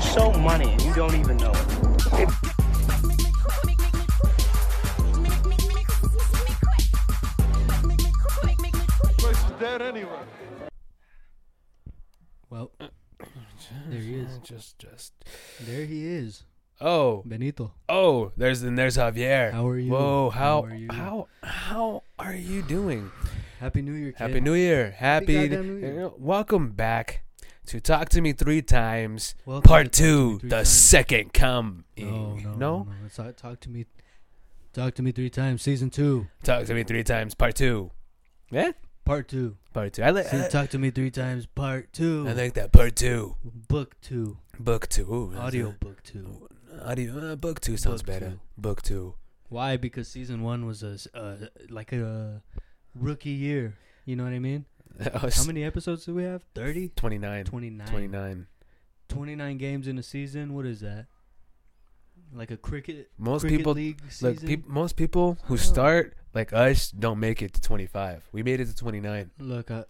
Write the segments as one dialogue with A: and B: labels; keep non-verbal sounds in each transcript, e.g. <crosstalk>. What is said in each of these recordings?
A: so money and you don't even know it.
B: Place is dead anyway.
C: Well, there he is.
D: Uh, <laughs> Just, just.
C: There he is.
D: Oh,
C: Benito.
D: oh. There's and there's Javier.
C: How are you?
D: Whoa.
C: How
D: How
C: are you?
D: how how are you doing?
C: Happy New Year, kid.
D: Happy New Year. Happy,
C: goddamn New Year.
D: Welcome back to Talk to Me Three Times,
C: Welcome to
D: Part
C: Talk to Me
D: Two,
C: Three
D: the
C: Times.
D: second come.
C: No, no, no. no. Talk, talk to me. Talk to me three times. Season two,
D: Talk to Me Three Times, Part Two. Yeah,
C: part two.
D: Part Two. I like.
C: See,
D: I,
C: talk to me three times. Part two.
D: I like that Part Two,
C: book two.
D: Book Two. Ooh, that's
C: Audio
D: a-
C: book two.
D: Audio. Uh, book Two sounds
C: Book
D: better.
C: two.
D: Book Two.
C: Why? Because season one was a s- uh, like a rookie year. You know what I mean?
D: <laughs>
C: How many episodes do we have? 30?
D: 29.
C: 29.
D: 29.
C: 29 games in a season. What is that? Like a cricket
D: Most
C: cricket
D: people
C: league
D: Look,
C: season?
D: peop most people who
C: Oh.
D: start like us don't make it to 25. We made it to 29.
C: Look, I,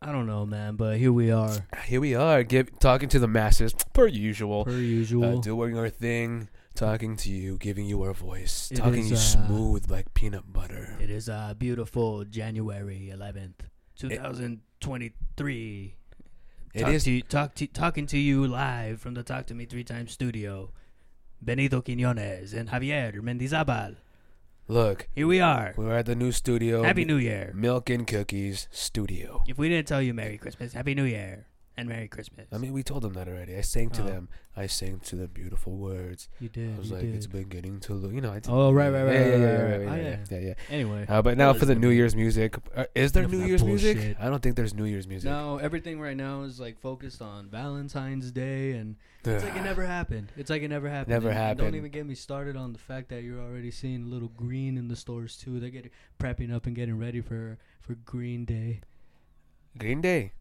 C: I don't know, man, but here we are
D: Ah, Here we are, give, talking to the masses per usual,
C: per
D: uh,
C: usual.
D: doing our thing, talking to you, giving you our voice,
C: It
D: talking
C: is,
D: you
C: uh,
D: smooth like peanut butter.
C: it is a beautiful January 11th, 2023.
D: It
C: talk
D: is
C: to you, talk to, talking to you live from the Talk to Me Three Times studio. Benito Quinones and Javier Mendizabal.
D: Look,
C: Here we are.
D: we're at the new studio.
C: Happy New Year.
D: Milk and Cookies Studio.
C: If we didn't tell you Merry Christmas, Happy New Year and Merry Christmas.
D: I mean, we told them that already. I sang to
C: Oh.
D: them. I sang to the beautiful words.
C: you
D: I
C: did.
D: was like, it's been getting to look. You know, I did.
C: Oh, right, right, right,
D: Yeah,
C: right,
D: yeah, yeah,
C: right, right.
D: right, right,
C: Oh,
D: yeah,
C: yeah.
D: yeah, yeah.
C: Anyway.
D: Uh, but now for the New Year's music, uh, is there
C: Enough of
D: New
C: that
D: Year's music?
C: bullshit.
D: I don't think there's New Year's music.
C: No, everything right now is like focused on Valentine's Day, and
D: Ugh.
C: it's like it never happened. It's like it never happened.
D: Never
C: And- and
D: happened.
C: Don't even get me started on the fact that you're already seeing little green in the stores too. They're getting prepping up and getting ready for for Green Day.
D: Green Day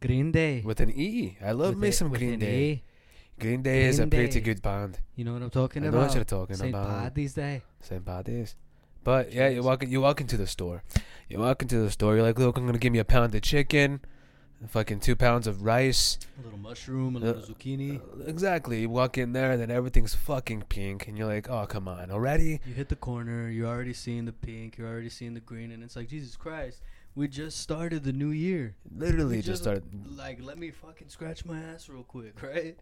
C: Green Day.
D: with an E. I love
C: With
D: me
C: a-
D: some
C: with
D: Green
C: an
D: Day.
C: A.
D: Green Day is a
C: Green Day.
D: pretty good band.
C: You know what I'm talking
D: I know
C: about?
D: what you're talking
C: Saint
D: about.
C: Paddy's Day.
D: Same band is. But yeah, you
C: Jeez.
D: walk in, you walk into the store. You walk into the store. You're like, look, I'm gonna give me a pound of chicken, fucking two pounds of rice.
C: A little mushroom, a
D: little
C: little zucchini.
D: uh, Exactly. You walk in there, and then everything's fucking pink, and you're like, oh come on, already?
C: You hit the corner, you're already seeing the pink, you're already seeing the green, and it's like Jesus Christ, we just started the new year.
D: Literally
C: You
D: just started.
C: Like, let me fucking scratch my ass real quick, right?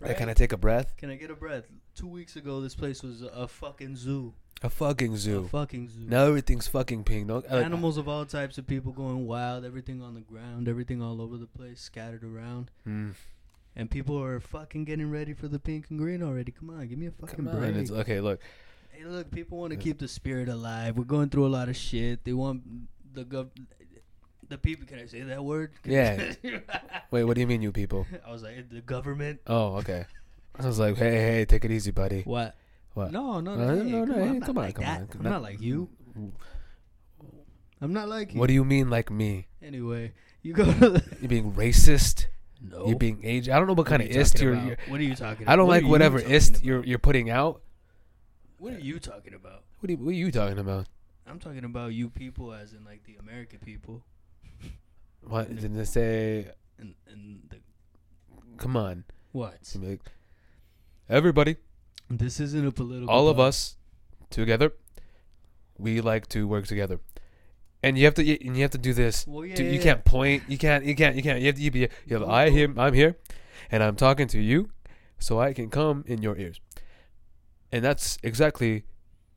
D: Like, can I
C: Right?
D: take a breath?
C: Can I get a breath? Two weeks ago, this place was a fucking zoo.
D: A fucking
C: A
D: zoo.
C: fucking zoo.
D: Now everything's fucking pink. uh, No, like,
C: Animals of all types of people going wild, everything on the ground, everything all over the place, scattered around.
D: Mm.
C: And people are fucking getting ready for the pink and green already. Come on, give me a fucking
D: Come on,
C: break.
D: it's-
C: <laughs>
D: okay, look.
C: Hey, look, people want to
D: Yeah.
C: keep the spirit alive. We're going through a lot of shit. They want the gov, the people. Can I say that word? Can I <laughs>
D: Yeah.
C: say-
D: Wait, what do you mean, you people?
C: I was like the government.
D: Oh, okay. I was like, hey, hey, take it easy, buddy.
C: What?
D: What?
C: No, no,
D: Uh,
C: no, hey,
D: no,
C: come on,
D: no, hey,
C: I'm not
D: come on,
C: like
D: come
C: that.
D: on.
C: I'm not like you. I'm not like you.
D: What do you mean, like me?
C: Anyway, you go to the
D: You being racist?
C: no.
D: You being age? I don't know what,
C: Oh. What
D: kind
C: are
D: of
C: you
D: ist
C: talking
D: you're,
C: about?
D: you're.
C: What are you talking? about?
D: I don't
C: What
D: like
C: are you
D: whatever
C: talking
D: ist
C: about?
D: you're you're putting out.
C: What are you talking about?
D: What are you, what are you talking about?
C: I'm talking about you people, as in like the American people
D: What didn't they say?
C: and and the
D: Come on.
C: what?
D: You'd be like, Everybody,
C: This isn't a political.
D: all of
C: pod-
D: us, together. We like to work together, and you have to and you have to do this.
C: Well, yeah,
D: Dude,
C: yeah,
D: you
C: yeah.
D: can't point. You can't. You can't. You can't. You have to. You, be, you have. I here. I'm here, and I'm talking to you, so I can come in your ears. And that's exactly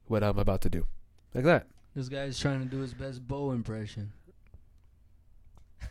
D: what I'm about to do, like that.
C: This guy's trying to do his best Bo impression.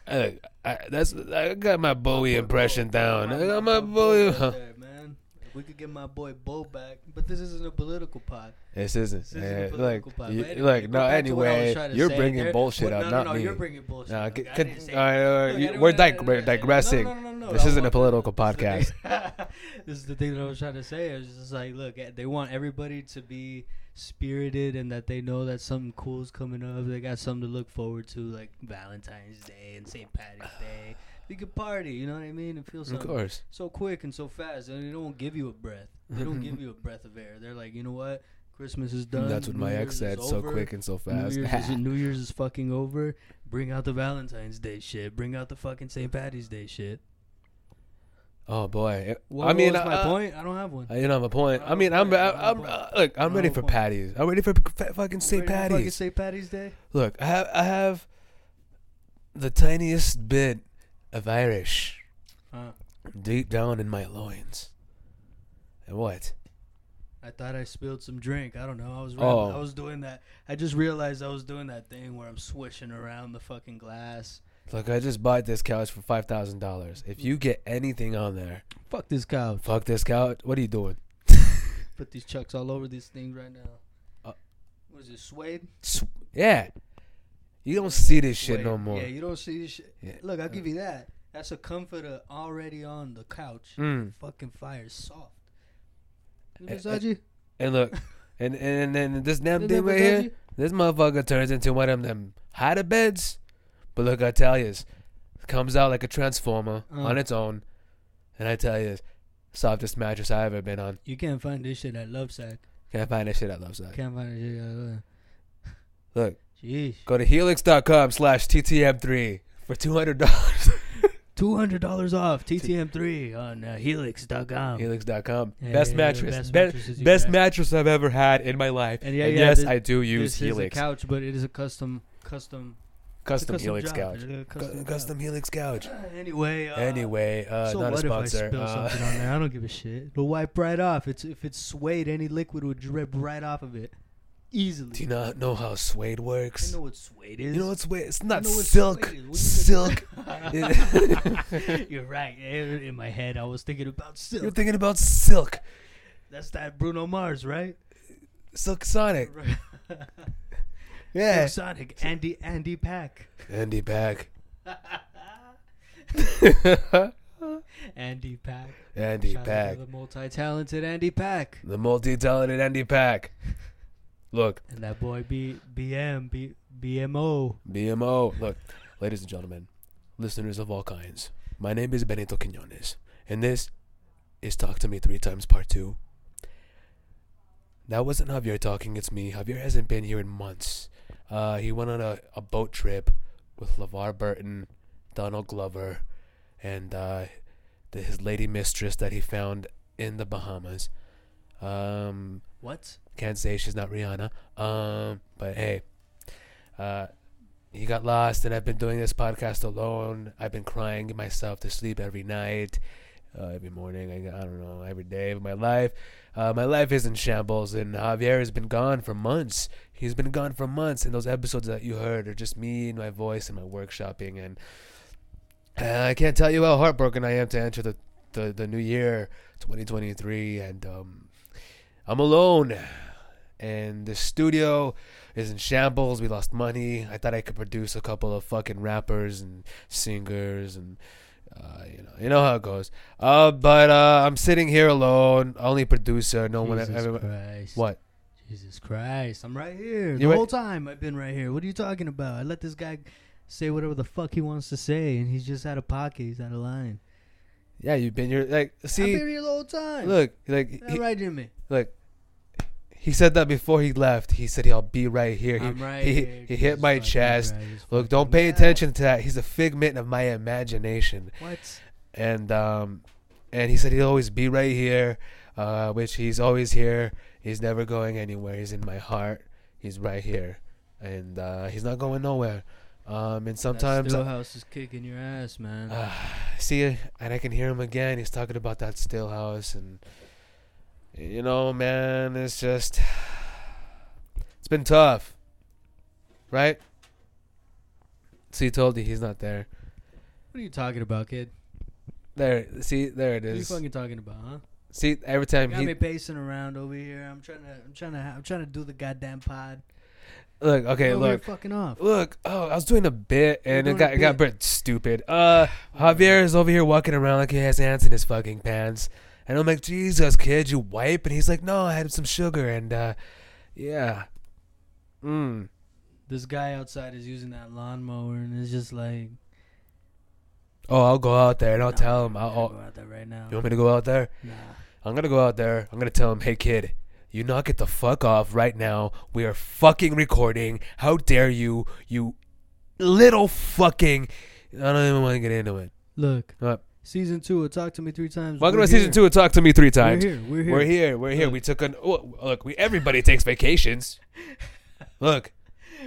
D: I, I, that's. I got my Bowie impression down. I got my
C: Bo right
D: Bowie.
C: there, man. If we could get my boy Bo back, but this isn't a political pod.
D: This isn't.
C: This isn't a
D: eh, like,
C: political pod.
D: you,
C: But anyway,
D: like
C: go
D: no.
C: back to what I was
D: Anyway,
C: trying to
D: you're
C: say.
D: bringing
C: There-
D: bullshit
C: well,
D: up,
C: no,
D: not
C: no, no,
D: me.
C: You're bringing bullshit.
D: Nah,
C: up.
D: c-
C: I
D: con-
C: didn't say
D: all right, all
C: Look,
D: right,
C: I
D: you-
C: didn't-
D: we're
C: no, no,
D: dig-
C: no,
D: we're
C: no, no, no.
D: digressing.
C: No, no, no, no,
D: This
C: I
D: isn't a
C: want-
D: political
C: this is the thing- <laughs> this is the thing that I was trying to say. It's just like, look, eh, they want everybody to be spirited and that they know that something cool's coming up. They got something to look forward to, like Valentine's Day and St. Patrick's
D: <sighs>
C: Day. We could party, you know what I mean, and feel
D: Of
C: something
D: course.
C: so quick and so fast, and they don't give you a breath. They don't
D: <laughs>
C: give you a breath of air. They're like, you know what? Christmas is done.
D: That's what
C: New
D: my
C: Year's
D: ex
C: is
D: said. So
C: over.
D: quick and so
C: New
D: fast.
C: Year's,
D: <laughs>
C: is, New Year's is fucking over. Bring out the Valentine's Day shit. Bring out the fucking St. Patty's Day shit.
D: Oh boy.
C: What
D: I mean, uh,
C: was my
D: I-
C: point? I don't have one.
D: I, you know, I'm a point. I mean, I'm, I'm, I'm, uh, look, I'm ready for patties. I'm ready for fa- fucking St.
C: Ready to fucking
D: Patty's.
C: St. Patty's Day.
D: Look, I have, I have the tiniest bit of Irish
C: Huh.
D: deep down in my loins. And what?
C: I thought I spilled some drink. I don't know. I was rap-
D: Oh.
C: I was doing that. I just realized I was doing that thing where I'm swishing around the fucking glass.
D: Look, I just bought this couch for five thousand dollars. If you get anything on there,
C: Fuck this couch.
D: fuck this couch. What are you doing?
C: Put these chucks all over this thing right now.
D: Uh,
C: was it suede?
D: Sw- Yeah, you don't see this shit
C: Suede.
D: no more.
C: Yeah, you don't see this shit.
D: Yeah. Uh.
C: Look, I'll give you that. That's a comforter already on the couch.
D: Mm.
C: Fucking fire soft. You
D: Eh, eh,
C: Versace?
D: And
C: <laughs>
D: look, and and and then this damn
C: Isn't
D: thing
C: that
D: right here,
C: Versace?
D: this motherfucker turns into one of them hide beds. But look, I tell you, comes out like a transformer
C: Uh.
D: on its own. And I tell you, softest mattress I ever been on.
C: You can't find this shit at Lovesack.
D: Can't find that shit at Lovesack.
C: Can't find this shit at Love-
D: Look,
C: Jeez.
D: go to helix.com slash TTM3
C: <laughs>
D: for $200.
C: $200 off TTM3 on uh, helix.com.
D: helix.com.
C: Yeah,
D: best
C: yeah, yeah,
D: mattress.
C: best
D: Be-
C: mattresses you
D: best
C: got.
D: mattress I've ever had in my life. And,
C: And yeah, yeah,
D: yes,
C: this-
D: I do use
C: This is a
D: Helix.
C: couch, but it is a custom, custom, it's a
D: custom, Helix
C: job.
D: couch.
C: It's a
D: Custom,
C: Custom,
D: custom Helix couch.
C: job. Anyway. Uh,
D: anyway, uh,
C: so
D: not a
C: what
D: sponsor.
C: if I spill
D: Uh,
C: something on there? I don't give a shit. It'll wipe right off. It's if it's suede, any liquid would drip right off of it, easily.
D: do you not know how suede works?
C: I know what suede is.
D: You know what's weird? It's not
C: know what
D: silk.
C: suede is. What
D: Silk.
C: you
D: <laughs>
C: You're right. Eh, In in my head, I was thinking about silk.
D: You're thinking about silk.
C: That's that Bruno Mars, right?
D: Silk Sonic.
C: <laughs> Right.
D: Yeah.
C: Sonic, Andy, Andy
D: <laughs>
C: Pack,
D: Andy back.
C: Andy Pack,
D: Andy Pack.
C: the multi-talented Andy Pack,
D: The multi-talented Andy Pack. Look,
C: and that boy B BM B BMO.
D: BMO. Look, ladies and gentlemen, listeners of all kinds. My name is Benito Quinones, and this is Talk to Me Three Times Part Two. That wasn't Javier talking. It's me. Javier hasn't been here in months. Uh, he went on a, a boat trip with LeVar Burton, Donald Glover, and uh, the, his lady mistress that he found in the Bahamas. Um,
C: What?
D: can't say she's not Rihanna. Um, but hey, uh, he got lost, and I've been doing this podcast alone. I've been crying myself to sleep every night, uh, every morning. I, I don't know, every day of my life. Uh, my life is in shambles, and Javier has been gone for months. He's been gone for months, and those episodes that you heard are just me and my voice and my workshopping. And uh, I can't tell you how heartbroken I am to enter the, the, the new year, 2023, and um, I'm alone, and the studio is in shambles. We lost money. I thought I could produce a couple of fucking rappers and singers, and uh, you know, you know how it goes. Uh, but uh, I'm sitting here alone, only producer. No one.
C: Jesus
D: Everyone,
C: Christ.
D: what?
C: Jesus Christ. I'm right here. The
D: You're right-
C: whole time I've been right here. What are you talking about? I let this guy say whatever the fuck he wants to say, and he's just out of pocket. He's out of line.
D: Yeah, you've been here. Like,
C: I've
D: see,
C: been here the whole time.
D: look, like
C: All
D: he,
C: right, Jimmy.
D: look. He said that before he left. He said he'll be right here. He,
C: I'm right
D: he,
C: here.
D: he
C: Jesus
D: hit my
C: fucking
D: chest.
C: Christ.
D: Look, don't
C: Fucking
D: pay
C: hell.
D: attention to that. He's a figment of my imagination.
C: What?
D: and um, and he said he'll always be right here, uh, which he's always here. He's never going anywhere. He's in my heart. He's right here, and uh, he's not going nowhere. Um, and sometimes,
C: that house is kicking your ass, man.
D: uh, see, and I can hear him again. He's talking about that still house, and you know, man, it's just it's been tough, right? See, told you he's not there.
C: what are you talking about, kid?
D: There, see, there it
C: What are you
D: is.
C: fucking talking about, huh?
D: See, every time
C: Got
D: he
C: me pacing around over here. I'm trying to, I'm trying to, I'm trying to do the goddamn pod.
D: Look, okay,
C: over here
D: look,
C: fucking off.
D: look. Oh, I was doing a bit, and
C: You're doing
D: it got
C: a
D: it got bit stupid. Uh, Javier is over here walking around like he has ants in his fucking pants, and I'm like, Jesus, kid, you wipe, and he's like, No, I had some sugar, and uh, yeah, mm,
C: This guy outside is using that lawnmower, and it's just like,
D: oh, I'll go out there and I'll
C: Nah,
D: tell him.
C: I'm
D: I'll,
C: gonna
D: I'll,
C: go out there right now.
D: you want me to go out there?
C: Nah.
D: I'm gonna go out there. I'm gonna tell him, Hey, kid. You knock it the fuck off right now. We are fucking recording. How dare you, you little fucking. I don't even want to get into it.
C: Look,
D: What?
C: Season two of Talk to Me Three Times.
D: Welcome
C: We're
D: to season
C: here.
D: two of Talk to Me Three Times.
C: here, we're here.
D: We're here. We're here.
C: Look.
D: We took an oh, look. We everybody takes vacations.
C: <laughs>
D: Look,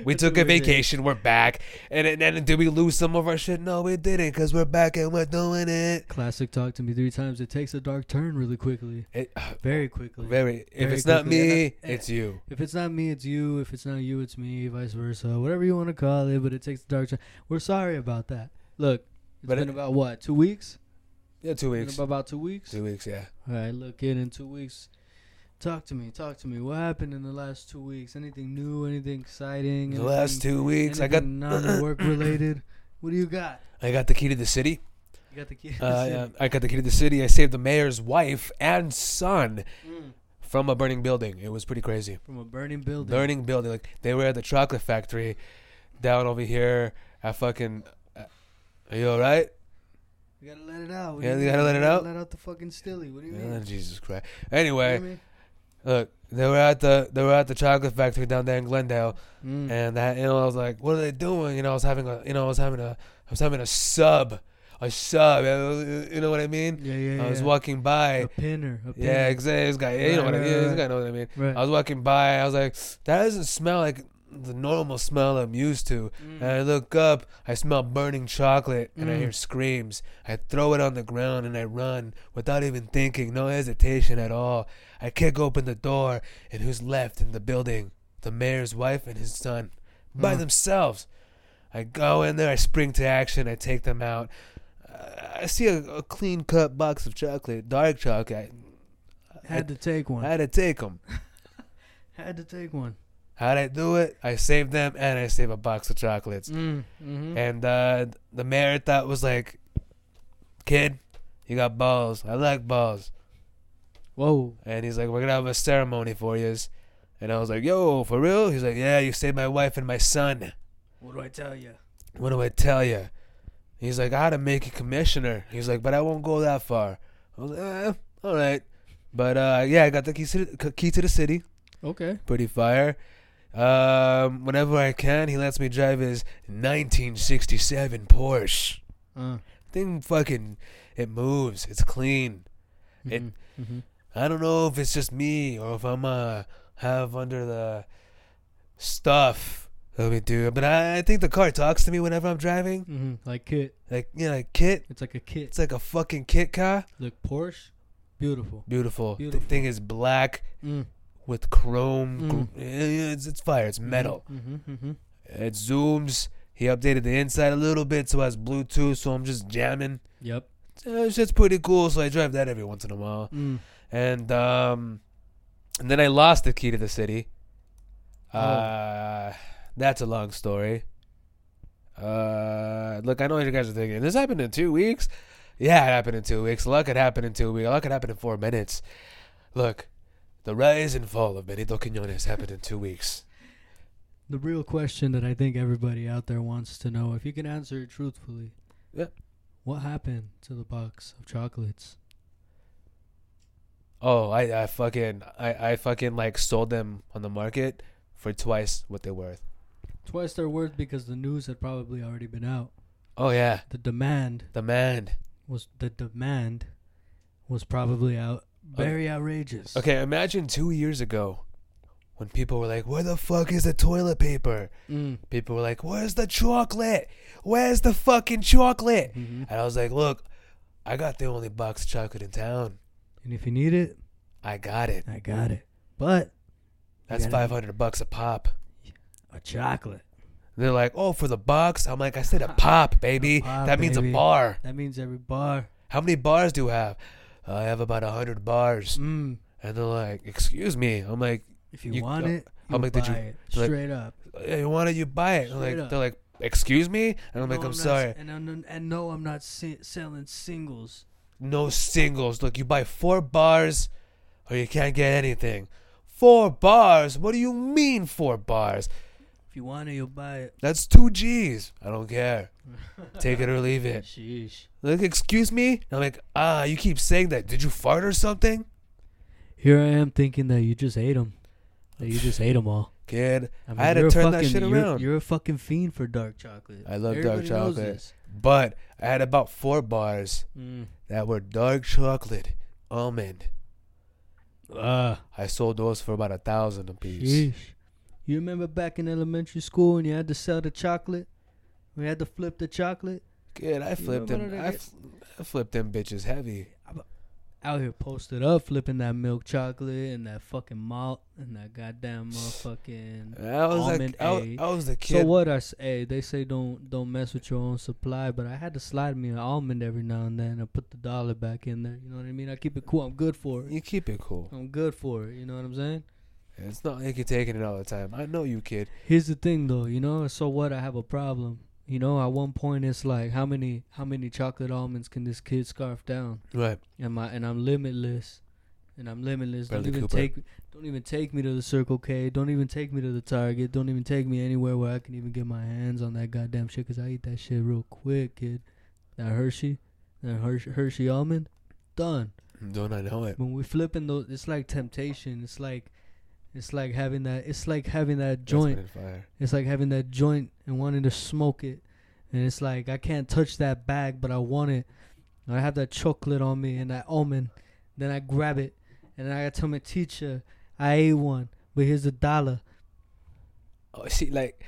D: we
C: That's
D: took a
C: what we did.
D: vacation. We're back. And and then did we lose some of our shit? No, we didn't, cause we're back and we're doing it.
C: Classic Talk to Me Three Times. It takes a dark turn really quickly.
D: It- uh,
C: Very quickly.
D: very. If
C: Very
D: it's not
C: quickly.
D: me,
C: And I-
D: it's you.
C: If it's not me, it's you. If it's not you, it's me. Vice versa. Whatever you want to call it, but it takes the dark turn. We're sorry about that. Look, it's
D: But
C: been
D: it-
C: about what? Two weeks?
D: Yeah, two
C: Been
D: weeks.
C: about- about two weeks.
D: Two weeks. Yeah.
C: All right, look in in two weeks. Talk to me. Talk to me. What happened in the last two weeks? Anything new? Anything exciting?
D: The last
C: anything-
D: two weeks, I got
C: anything
D: <clears throat>
C: non-work related. What do you got?
D: I got the key to the city.
C: You got the key. <laughs>
D: Uh, yeah, I got the key to the city. I saved the mayor's wife and son
C: Mm.
D: from a burning building. It was pretty crazy.
C: From a burning building.
D: Burning building. Like they were at the chocolate factory down over here. I fucking. uh, Are you all right?
C: You gotta let it out. What do
D: Yeah,
C: you
D: you gotta
C: mean?
D: let it
C: gotta
D: out?
C: Let out the fucking stilly. What do you mean?
D: Oh,
C: What
D: Jesus Christ.
C: do you
D: Anyway,
C: mean? Mm-hmm.
D: look, they were at the they were at the chocolate factory down there in Glendale,
C: Mm.
D: and that you know I was like, what are they doing? You know I was having a you know I was having a I was having a sub, a sub. You know what I mean?
C: yeah, yeah, yeah.
D: I was walking by.
C: A pinner. A pinner.
D: Yeah, exactly. This guy, yeah, you know what I
C: Right,
D: mean.
C: right,
D: This
C: right.
D: guy knows what I mean.
C: Right.
D: I was walking by, I was like, that doesn't smell like the normal smell I'm used to. And I look up, I smell burning chocolate, and I
C: Mm.
D: hear screams. I throw it on the ground and I run without even thinking, no hesitation at all. I kick open the door, and who's left in the building? The mayor's wife and his son, by
C: Mm.
D: themselves. I go in there, I spring to action, I take them out. Uh, I see a, a clean cut box of chocolate, dark chocolate. I-
C: Had to take one.
D: I had to take them.
C: Had to take one.
D: How'd I do it? I saved them and I saved a box of chocolates.
C: Mm. Mm-hmm.
D: And uh, the mayor thought was like, kid, you got balls. I like balls.
C: Whoa.
D: And he's like, we're going to have a ceremony for you. And I was like, yo, for real? He's like, yeah, you saved my wife and my son.
C: What do I tell you?
D: What do I tell you? He's like, I had to make you commissioner. He's like, but I won't go that far. I was like, eh, all right. But uh, yeah, I got the key to the, key to the city.
C: Okay.
D: pretty fire. Um, whenever I can, he lets me drive his 1967 Porsche.
C: Uh,
D: Thing fucking, it moves. It's clean. It-
C: mhm, mhm.
D: I don't know if it's just me or if I'm uh have under the stuff that we do, but I, I think the car talks to me whenever I'm driving.
C: Mhm. Like kit.
D: Like you know, like kit.
C: It's like a kit.
D: It's like a fucking kit car.
C: Look, Porsche. Beautiful.
D: Beautiful. The
C: Beautiful.
D: thing is black
C: Mm.
D: with chrome.
C: Mm.
D: gr- eh, It's, it's fire. It's metal.
C: Mm-hmm, mm-hmm.
D: It zooms. He updated the inside a little bit, so it has Bluetooth. So I'm just jamming.
C: Yep.
D: Uh, shit's pretty cool. So I drive that every once in a while.
C: Mm.
D: And um, and then I lost the key to the city. Uh, that's a long story. Uh, look, I know what you guys are thinking. This happened in two weeks. Yeah, it happened in two weeks. Luck, it happened in two weeks. Luck, it happened in four minutes. Look, the rise and fall of Benito Quinones happened in two weeks.
C: The real question that I think everybody out there wants to know, if you can answer it truthfully.
D: Yeah.
C: What happened to the box of chocolates?
D: Oh, I, I fucking I, I fucking like sold them on the market for twice what they're worth.
C: Twice their worth because the news had probably already been out.
D: Oh yeah.
C: The demand
D: The man.
C: was the demand was probably out very outrageous.
D: Okay, imagine two years ago when people were like, Where the fuck is the toilet paper?
C: Mm.
D: People were like, Where's the chocolate? Where's the fucking chocolate?
C: Mhm.
D: And I was like, Look, I got the only box of chocolate in town.
C: And if you need it,
D: I got it.
C: I got it. But
D: That's
C: gotta-
D: five hundred bucks a pop.
C: a chocolate.
D: And they're like, Oh, for the box? I'm like,
C: <laughs>
D: I said a pop, baby.
C: pop,
D: that means
C: baby.
D: a bar.
C: That means every bar.
D: How many bars do you have? I have about a hundred bars.
C: Mm.
D: And they're like, excuse me. I'm like,
C: If you,
D: You-
C: want it,
D: I'll
C: you
D: make the
C: buy
D: ju-
C: it.
D: like-
C: Straight up.
D: "Hey, you want it, you buy it. And
C: Straight
D: like,
C: up.
D: they're like, excuse me? And I'm
C: No,
D: like, I'm,
C: not s-
D: sorry.
C: And, I'm- and no, I'm not se- selling singles.
D: No singles. Look, you buy four bars or you can't get anything. Four bars? What do you mean four bars?
C: If you want it, you'll buy it.
D: That's two G's. I don't
C: <laughs>
D: care. Take it or leave it.
C: Sheesh.
D: Like, excuse me? And I'm like, ah, you keep saying that. Did you fart or something? <laughs>
C: Here I am thinking that you just ate them. That you just ate them all.
D: kid.
C: I, mean,
D: had to
C: you're a
D: turn that
C: fucking-
D: shit
C: you're-
D: around.
C: You're a fucking fiend for dark chocolate.
D: I love dark
C: Everybody knows
D: chocolate.
C: this.
D: But I had about four bars
C: Mm.
D: that were dark chocolate almond.
C: Uh,
D: I sold those for about a thousand apiece.
C: Sheesh. You remember back in elementary school when you had to sell the chocolate? We had to flip the chocolate?
D: Kid, I flipped
C: remember
D: them.
C: that
D: I,
C: kid?
D: fl- I flipped them bitches heavy.
C: Out here posted up, flipping that milk chocolate and that fucking malt and that goddamn
D: <sighs>
C: motherfucking
D: I was
C: almond
D: like, I, wa-
C: egg.
D: I was the kid.
C: So what I say? They say don't don't mess with your own supply, but I had to slide me an almond every now and then and put the dollar back in there. You know what I mean? I keep it cool. I'm good for it.
D: You keep it cool.
C: I'm good for it. You know what I'm saying?
D: It's not like you're taking it all the time. I know you, kid.
C: Here's the thing though, you know, so what I have a problem. You know, at one point it's like how many how many chocolate almonds can this kid scarf down?
D: Right.
C: And my and I'm limitless. And I'm limitless.
D: Bradley
C: don't even
D: Cooper.
C: take don't even take me to the circle K. Don't even take me to the Target. Don't even take me anywhere where I can even get my hands on that goddamn shit cuz I eat that shit real quick, kid. That Hershey, that Hershey, Hershey almond, done
D: Don't I know it?
C: when we flipping those it's like temptation it's like it's like having that it's like having that joint
D: That's been in fire.
C: it's like having that joint and wanting to smoke it and it's like i can't touch that bag but i want it i have that chocolate on me and that almond then i grab it and i gotta tell my teacher i ate one but here's a dollar
D: Oh, see, like,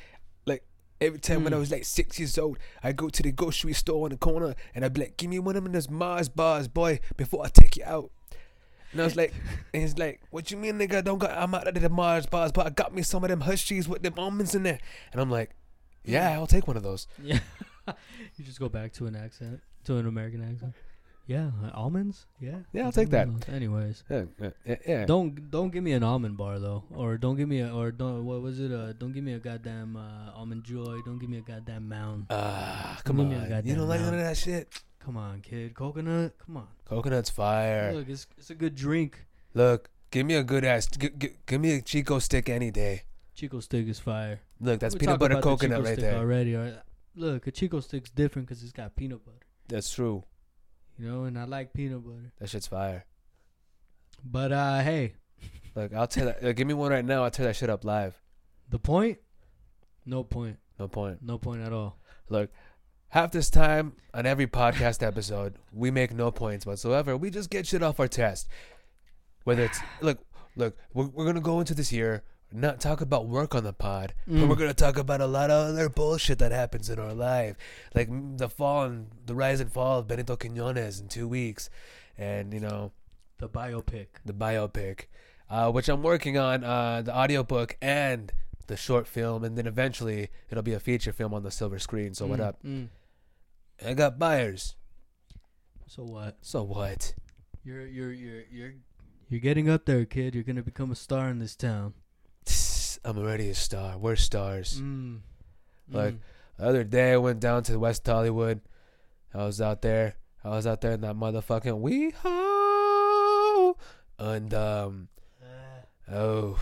D: like every time when I
C: Mm.
D: was like six years old, I go to the grocery store on the corner and I'd be like, "Give me one of them those Mars bars, boy, before I take you out." And I was
C: <laughs>
D: like, and he's like, "What you mean, nigga? I don't got I'm out of the Mars bars, but I got me some of them Hershey's with them almonds in there." And I'm like, "Yeah, I'll take one of those."
C: yeah <laughs> you just go back to an accent to an american accent yeah uh, almonds yeah
D: Yeah, I'll
C: I'll
D: take that.
C: one of those. anyways
D: Yeah, yeah, yeah, yeah.
C: Don't don't give me an almond bar though, or don't give me a or don't what was it? Uh, don't give me a goddamn uh, almond joy. Don't give me a goddamn mound.
D: Ah, come
C: Give me a
D: on. You
C: goddamn
D: don't like
C: mouth.
D: none of that shit.
C: Come on, kid. Coconut. Come on.
D: Coconut's fire. Look,
C: Look, it's it's a good drink.
D: give me a good ass. G- g- give me a Chico stick any day.
C: Chico stick is fire.
D: Look, that's
C: We
D: peanut
C: talked
D: butter
C: about the
D: coconut
C: Chico
D: right
C: stick
D: there.
C: Already. Or, look, a Chico stick's different because it's got peanut butter.
D: That's true.
C: You know, and I like peanut butter.
D: That shit's fire.
C: But uh, hey,
D: Look, I'll tear that. Like, give me one right now. I'll tear that shit up live.
C: the point. No point.
D: No point.
C: No point at all.
D: Look, half this time on every podcast episode, we make no points whatsoever. We just get shit off our chest. Whether it's look, look, we're, we're gonna go into this year not talk about work on the pod, but
C: Mm.
D: we're gonna talk about a lot of other bullshit that happens in our life, like mm, the fall and the rise and fall of Benito Quinones in two weeks, and you know
C: The biopic.
D: the biopic, uh, which I'm working on uh, the audiobook and the short film, and then eventually it'll be a feature film on the silver screen. So what
C: Mm,
D: up?
C: mm.
D: I got buyers.
C: So what?
D: So what? <sighs>
C: You're you're you're you're you're getting up there, kid. You're gonna become a star in this town.
D: I'm already a star. We're stars.
C: Mm.
D: Like-
C: Mm.
D: The other day I went down to West Hollywood. I was out there. I was out there in that motherfucking wee ho. And um oh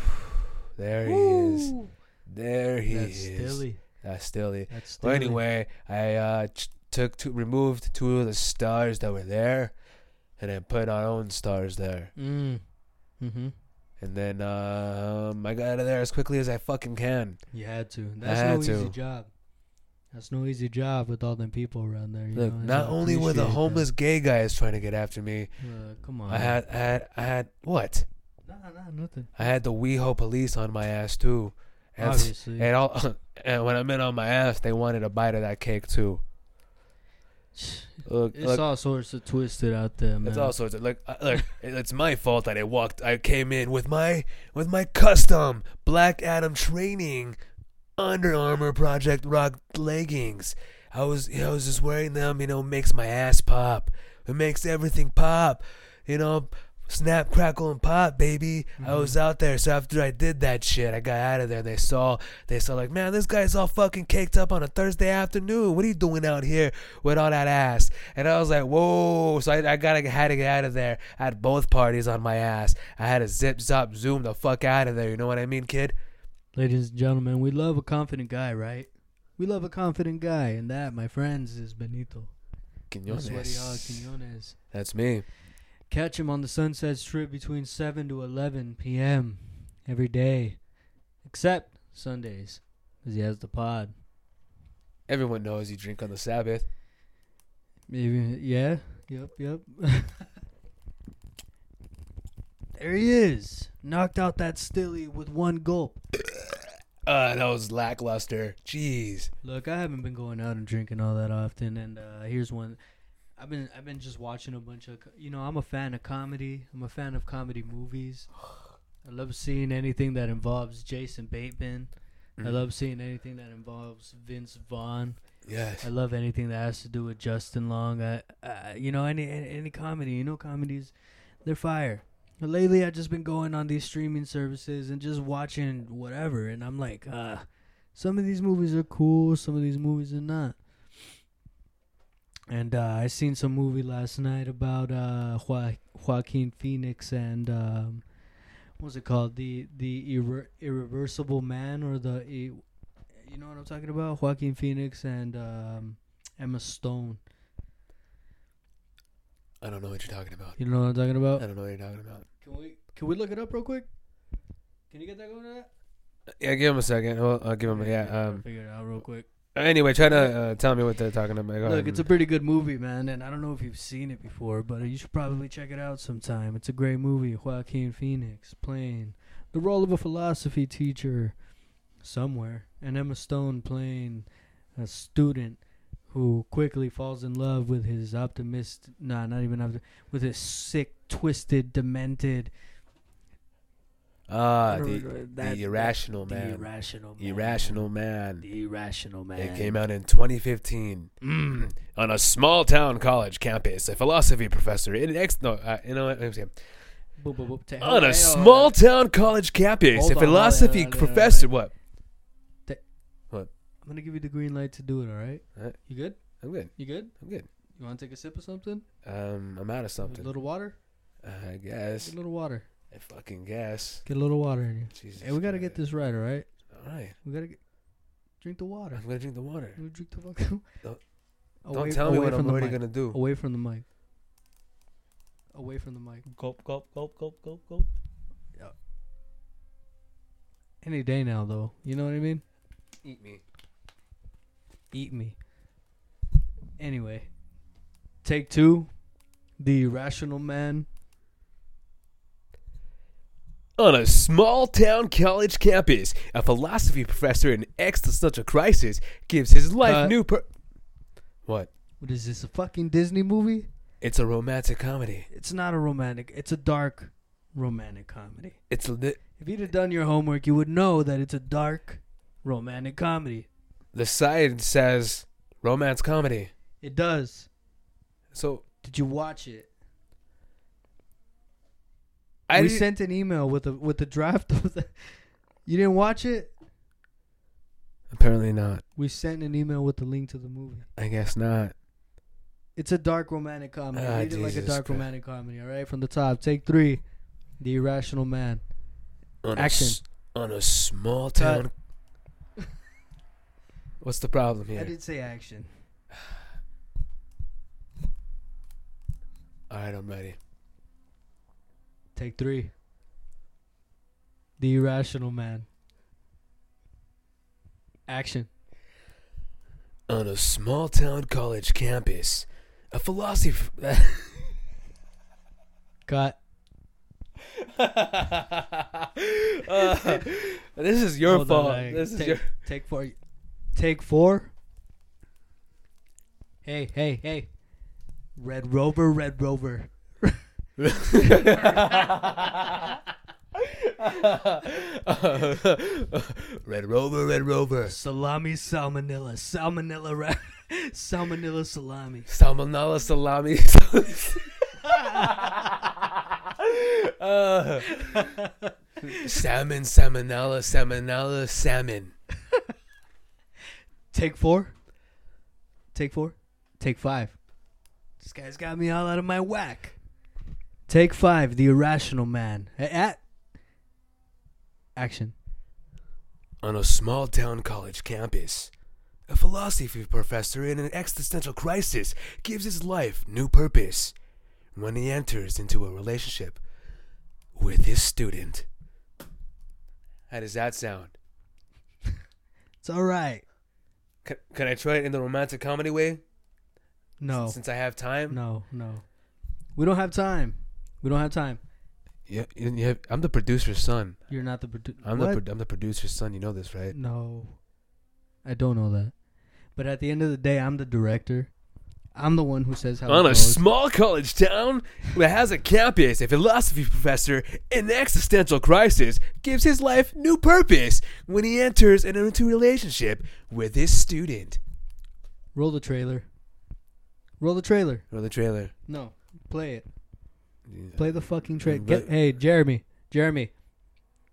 D: there he is.
C: Uh. Mm. Woo.
D: There he
C: That's
D: is.
C: Stilly.
D: That's Stilly.
C: That's Stilly.
D: Well, anyway, I uh, ch- took two, removed two of the stars that were there, and I put our own stars there.
C: Mm. Mm-hmm.
D: And then um, I got out of there as quickly as I fucking can.
C: You had to. That's
D: had
C: no easy
D: to.
C: job. That's no easy job with all them people around there. You
D: Look,
C: know, so
D: not
C: I
D: only were
C: appreciate
D: the
C: that.
D: homeless gay guys trying to get after me,
C: Look, come on.
D: I had, I had, I had what?
C: Nah, nah, nothing.
D: I had the WeHo police on my ass too. And,
C: Obviously.
D: <laughs> and all, and when I meant on my ass, they wanted a bite of that cake too. Look,
C: It's
D: look,
C: all sorts of twisted out there, man.
D: It's all sorts of like, uh, look. <laughs> It's my fault that I walked. I came in with my with my custom Black Adam training, Under Armour Project Rock leggings. I was I was just wearing them. You know, makes my ass pop. It makes everything pop. You know, snap, crackle, and pop, baby. I was out there. So after I did that shit, I got out of there. They saw, they saw, like, man, this guy's all fucking caked up on a Thursday afternoon. What are you doing out here with all that ass? And I was like, whoa. So I, I gotta had to get out of there. I had both parties on my ass. I had to zip, zop, zoom the fuck out of there. You know what I mean, kid?
C: Ladies and gentlemen, we love a confident guy, right? We love a confident guy, and that, my friends, is Benito. That's what he are,
D: Quinones.
C: Quiñones.
D: That's me.
C: Catch him on the Sunset Strip between 7 to 11 p.m. every day. except Sundays, because he has the pod.
D: Everyone knows you drink on the Sabbath.
C: Maybe, yeah. Yep, yep. <laughs> there he is. Knocked out that stilly with one gulp.
D: Uh, that was lackluster. Jeez.
C: Look, I haven't been going out and drinking all that often, and uh, here's one. I've been I've been just watching a bunch of co- you know I'm a fan of comedy. I'm a fan of comedy movies. I love seeing anything that involves Jason Bateman. I love seeing anything that involves Vince Vaughn.
D: Yes.
C: I love anything that has to do with Justin Long. I, I you know, any any any comedy. You know, comedies, they're fire. But lately, I've just been going on these streaming services and just watching whatever, and I'm like, uh, some of these movies are cool, some of these movies are not. And uh, I seen some movie last night about uh, jo- Joaquin Phoenix and um, what was it called? The the irre- irreversible man or the e, i- you know what I'm talking about? Joaquin Phoenix and um, Emma Stone.
D: I don't know what you're talking about.
C: You know what I'm talking about?
D: I don't know what you're talking about.
C: Can we can we look it up real quick? Can you get that going? To that?
D: Yeah, give him a second. Well, I'll give him. A, yeah. Um.
C: figure it out real quick.
D: Anyway, try to uh, tell me what they're talking about. Go
C: Look,
D: ahead.
C: it's a pretty good movie, man, and I don't know if you've seen it before, but you should probably check it out sometime. It's a great movie. Joaquin Phoenix playing the role of a philosophy teacher somewhere, and Emma Stone playing a student who quickly falls in love with his optimist, nah, not even optimist, with his sick, twisted, demented,
D: ah,
C: Or-
D: the,
C: or that-
D: the irrational
C: the
D: man.
C: irrational, man.
D: Irrational man.
C: the irrational man.
D: It came out in 2015 mm. on a small town college campus. A philosophy professor in ex no, uh, you know what? Let me see.
C: Boop, boop, boop. Te-
D: On
C: hey,
D: a
C: oh,
D: small town college
C: Hold
D: campus, a
C: on, hold on,
D: philosophy
C: hold on, hold on.
D: professor. What?
C: I'm gonna give you the green light to do it. All right.
D: Alright.
C: You good?
D: I'm good.
C: You good?
D: I'm good.
C: You want to take a sip of something?
D: Um, I'm out of
C: A
D: something.
C: little water.
D: I
C: Get
D: guess.
C: a little water.
D: I Uh, fucking guess.
C: Get a little water in you.
D: Jesus.
C: Hey, we gotta get this right, all right?
D: All right.
C: We gotta get, drink the water.
D: I'm gonna drink the water.
C: We drink the fucking. <laughs>
D: Don't-
C: away,
D: Don't tell me
C: away
D: what
C: from
D: I'm
C: the
D: already
C: mic.
D: gonna do.
C: Away from the mic. Away from the mic.
D: Gulp, gulp, gulp, gulp, gulp, gulp.
C: Any day now, though. You know what I mean?
D: Eat me.
C: Eat me. Anyway, take two. The irrational man.
D: On a small town college campus, a philosophy professor in existential crisis gives his life
C: Cut.
D: new per. What?
C: What is this? A fucking Disney movie?
D: It's a romantic comedy.
C: It's not a romantic. It's a dark romantic comedy.
D: It's the
C: If you'd have done your homework, you would know that it's a dark romantic comedy.
D: the side says romance comedy.
C: It does.
D: So
C: Did you watch it?
D: I
C: we
D: didn't-
C: sent an email with a with the draft of the. You didn't watch it.
D: apparently not.
C: We sent an email with the link to the movie.
D: I guess not.
C: It's a dark romantic comedy.
D: Ah,
C: Read it like a
D: Jesus
C: dark
D: Christ.
C: romantic comedy. All right, from the top, take three. The irrational man.
D: On
C: Action.
D: A s- on a
C: <laughs>
D: small town. What's the problem
C: I
D: here?
C: did say action.
D: All right, I'm ready.
C: Take three. The irrational man. Action.
D: On a small town college campus, a <laughs> philosophy.
C: Cut.
D: Uh, this is your
C: Hold on,
D: fault.
C: I-
D: this is
C: take,
D: your.
C: take four. Take four. Hey, hey, hey. Red Rover, Red Rover.
D: Red Rover, Red Rover.
C: Salami salmonella. Salmonella ra- <laughs> salmonella salami.
D: Salmonella salami. <laughs> Uh, salmon, salmonella, salmonella, salmon.
C: Take four. Take four. Take five. This guy's got me all out of my whack. Take five, the irrational man. A- a- Action.
D: On a small town college campus, a philosophy professor in an existential crisis gives his life new purpose when he enters into a relationship with his student. How does that sound?
C: It's all right.
D: Can, can I try it in the romantic comedy way?
C: No,
D: Since I have time.
C: no, no. We don't have time. We don't have time.
D: Yeah, you you have, I'm the producer's son.
C: You're not the produ-
D: I'm
C: what?
D: the pro- I'm the producer's son. You know this, right?
C: No, I don't know that. But at the end of the day, I'm the director. I'm the one who says how.
D: On
C: it
D: a
C: goes.
D: small college town that has a campus, a philosophy professor in existential crisis gives his life new purpose when he enters an into relationship with his student.
C: Roll the trailer. Roll the trailer.
D: Or the trailer.
C: No, play it. Play the fucking trailer.
D: Mm,
C: Get
D: but-
C: hey Jeremy, Jeremy,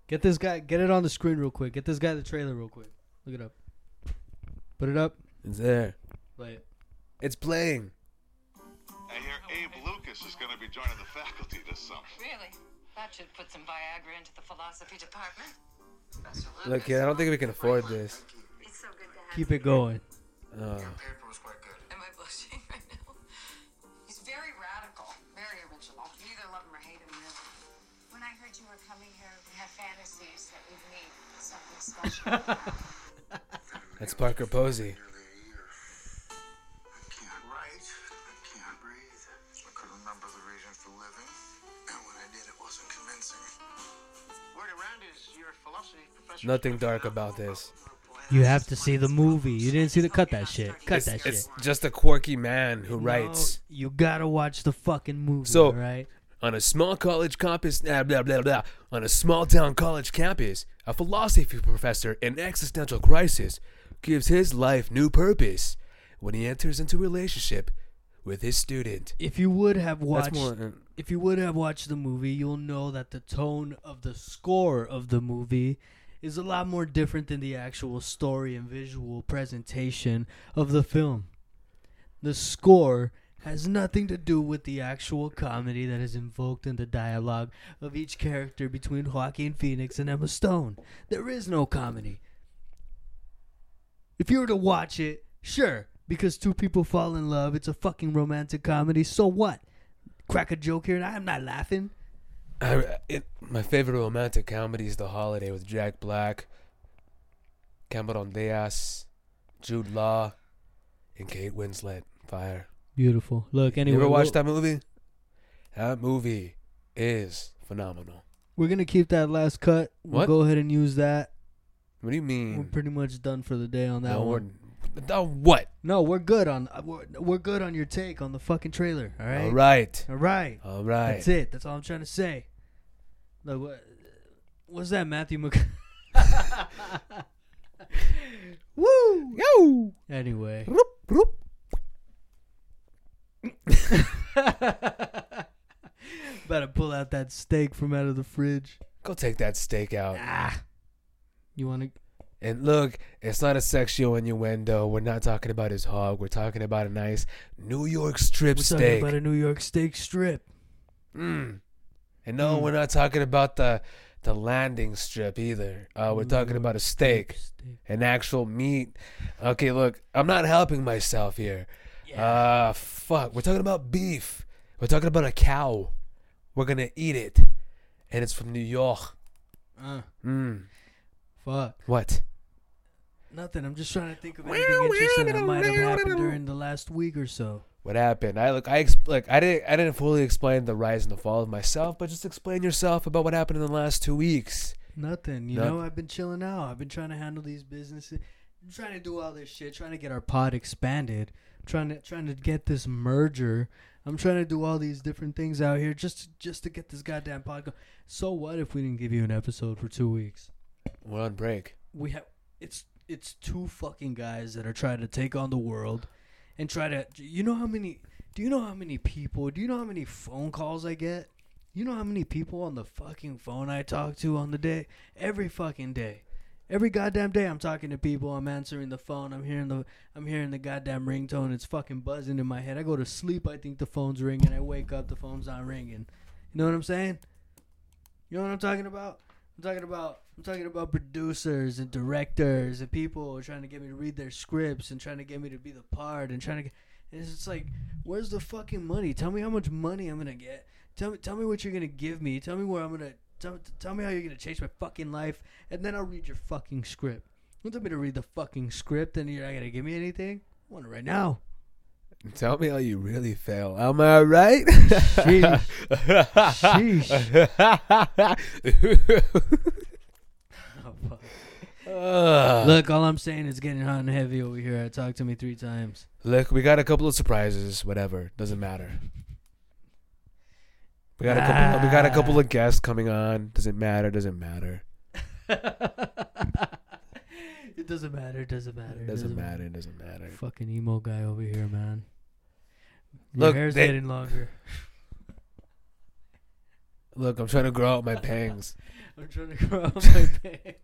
C: get this guy. Get it on the screen real quick. Get this guy the trailer real quick. Look it up. Put it up.
D: It's there.
C: Play it.
D: It's playing.
E: I hear Abe Lucas is going to be joining the faculty this summer.
F: Really? That should put some Viagra into the philosophy department. Professor Lucas.
D: Look, kid, I don't think we can afford this.
F: It's so good to have
C: Keep it going.
D: Oh.
E: Paper was quite good.
F: Am I blushing <laughs> right now? He's very radical, very original. You either love him or hate him, really.
G: When I heard you were coming here, we had fantasies that we'd meet something special.
D: That's Parker Posey.
E: Nearly a year. I can't write. I can't breathe. I could remember the reason for living. And when I did, it wasn't convincing. Word around is your philosophy professor.
D: Nothing dark about this.
C: You have to see the movie. You didn't see the cut that shit. Cut
D: It's,
C: that
D: it's
C: shit.
D: just a quirky man who writes.
C: No, you gotta watch the fucking movie.
D: So-
C: all right.
D: On a small college campus, blah, blah, blah, blah. On a small town college campus, a philosophy professor in existential crisis gives his life new purpose when he enters into relationship with his student.
C: If you would have watched,
D: more-
C: if you would have watched the movie, you'll know that the tone of the score of the movie is a lot more different than the actual story and visual presentation of the film. The score has nothing to do with the actual comedy that is invoked in the dialogue of each character between Joaquin Phoenix and Emma Stone. There is no comedy. If you were to watch it, sure, because two people fall in love, it's a fucking romantic comedy. So what? Crack a joke here, and I am not laughing.
D: I, it, my favorite romantic comedy is The Holiday with Jack Black, Cameron Diaz, Jude Law, and Kate Winslet. Fire.
C: Beautiful. Look, anyway,
D: You ever watched
C: we'll-
D: that movie? That movie is phenomenal.
C: We're gonna keep that last cut. We'll
D: What?
C: go ahead and use that.
D: What do you
C: We're
D: mean?
C: pretty much done for the day on that
D: No,
C: one.
D: we're- the what?
C: No, we're good on uh, we're, we're good on your take on the fucking trailer. All right.
D: All right.
C: All right.
D: All right.
C: That's it. That's all I'm trying to say. Look, what, what's that, Matthew Mc? <laughs> Woo!
D: Yo!
C: Anyway. <laughs>
D: Roop, roop.
C: Better pull out that steak from out of the fridge.
D: Go take that steak out.
C: Ah. You want to?
D: And look, it's not a sexual innuendo. We're not talking about his hog. We're talking about a nice New York strip
C: We're talking
D: steak.
C: about a New York steak strip.
D: Mm. And no, we're not talking about the the landing strip either. Uh, we're talking
C: Mm.
D: about a steak,
C: Steak.
D: an actual meat. Okay, look, I'm not helping myself here. Uh, fuck. We're talking about beef. We're talking about a cow. We're gonna eat it, and it's from New York.
C: Uh,
D: Mm.
C: fuck.
D: What?
C: Nothing. I'm just trying to think of anything interesting that might have happened during the last week or so.
D: What happened? I look. I exp- like. I didn't. I didn't fully explain the rise and the fall of myself, but just explain yourself about what happened in the last two weeks.
C: Nothing. You
D: Nothing.
C: know, I've been chilling out. I've been trying to handle these businesses. I'm trying to do all this shit. Trying to get our pod expanded. I'm trying to trying to get this merger. I'm trying to do all these different things out here just just to get this goddamn pod going. So what if we didn't give you an episode for two weeks?
D: We're on break.
C: we have it's it's two fucking guys that are trying to take on the world and try to you know how many do you know how many people do you know how many phone calls i get you know how many people on the fucking phone i talk to on the day every fucking day every goddamn day i'm talking to people i'm answering the phone i'm hearing the i'm hearing the goddamn ringtone it's fucking buzzing in my head i go to sleep i think the phone's ringing i wake up the phone's not ringing you know what i'm saying you know what i'm talking about I'm talking about I'm talking about producers and directors and people trying to get me to read their scripts and trying to get me to be the part and trying to get and it's just like where's the fucking money? Tell me how much money I'm gonna get. Tell me tell me what you're gonna give me. Tell me where I'm gonna Tell, tell me how you're gonna change my fucking life, and then I'll read your fucking script. You want me to read the fucking script, and you're not gonna give me anything? I want it right now.
D: Tell me how you really feel. Am I right?
C: Sheesh. Oh, fuck.
D: <laughs> Ugh.
C: Look, all I'm saying is getting hot and heavy over here. Talk to me three times.
D: Look, we got a couple of surprises. Whatever, doesn't matter. We got a couple. We got a couple of guests coming on. Doesn't matter. Doesn't matter.
C: it doesn't matter. Doesn't matter.
D: It doesn't matter. It doesn't matter.
C: Fucking emo guy over here, man. Your
D: Look,
C: hair's
D: they-
C: getting longer.
D: Look, I'm trying to grow out my bangs.
C: I'm trying to <laughs>
D: <laughs>
C: grow out my pants.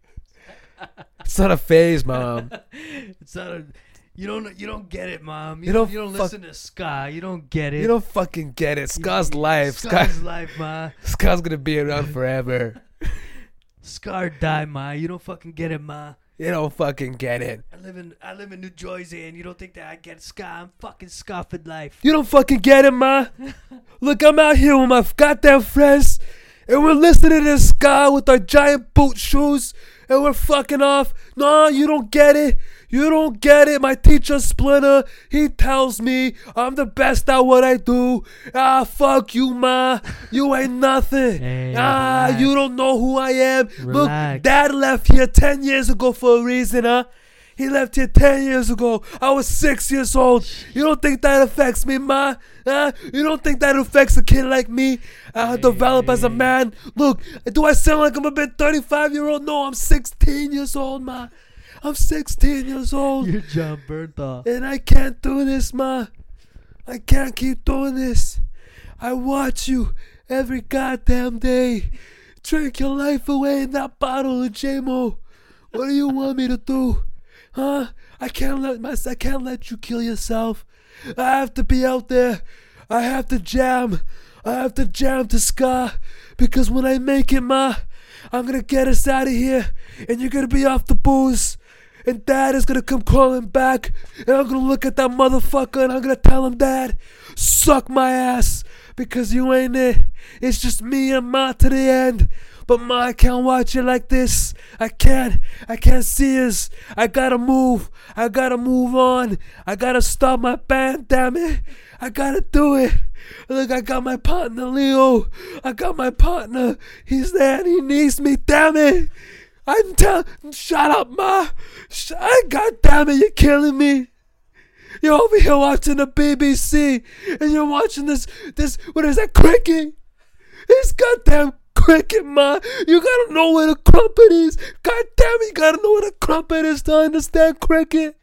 D: It's not a
C: <laughs>
D: phase, mom.
C: It's not a. You don't. You don't get it, mom. You,
D: You
C: don't.
D: don't
C: You don't
D: fuck-
C: listen to ska. You don't get it.
D: You don't fucking get
C: <laughs>
D: it. Scar's life. Scar, <laughs>
C: Scar's life, ma.
D: Scar's gonna be around forever.
C: Scar die, ma. You don't fucking get it, ma.
D: You don't fucking get it.
C: I live in I live in New Jersey, and you don't think that I get ska? I'm fucking ska for life.
D: You don't fucking get it, ma. Look, I'm out here with my goddamn friends, and we're listening to this guy with our giant boot shoes, and we're fucking off. Nah, you don't get it. You don't get it. My teacher Splinter, he tells me I'm the best at what I do. Ah, fuck you, ma. You ain't nothing.
C: Hey,
D: ah,
C: relax.
D: you don't know who I am.
C: Relax.
D: Look, dad left here 10 years ago for a reason, huh? He left here 10 years ago. I was six years old. You don't think that affects me, ma? Huh? You don't think that affects a kid like me? I develop as a man. Look, do I sound like I'm a bit 35 year old? No, I'm 16 years old, ma. I'm 16 years old.
C: <laughs> You're John
D: <laughs>
C: Bernthal.
D: And I can't do this, ma. I can't keep doing this. I watch you every goddamn day. Drink your life away in that bottle of JMO. What do you want me to do? Huh? I can't let my I can't let you kill yourself. I have to be out there. I have to jam. I have to jam to Scar. Because when I make it, ma, I'm gonna get us out of here. And you're gonna be off the booze. And dad is gonna come crawling back, and I'm gonna look at that motherfucker and I'm gonna tell him, Dad, suck my ass, because you ain't it. It's just me and Ma to the end. But Ma, I can't watch it like this. I can't. I can't see us. I gotta move. I gotta move on. I gotta stop my band, damn it. I gotta do it. Look, I got my partner, Leo. I got my partner. He's there and he needs me, damn it. I'm tell. Shut up, ma. Sh- I- God damn it, you're killing me. You're over here watching the BBC, and you're watching this. This what is that cricket? It's goddamn cricket, ma. You gotta know where the crumpet is. God damn it, you gotta know where the crumpet is to understand cricket.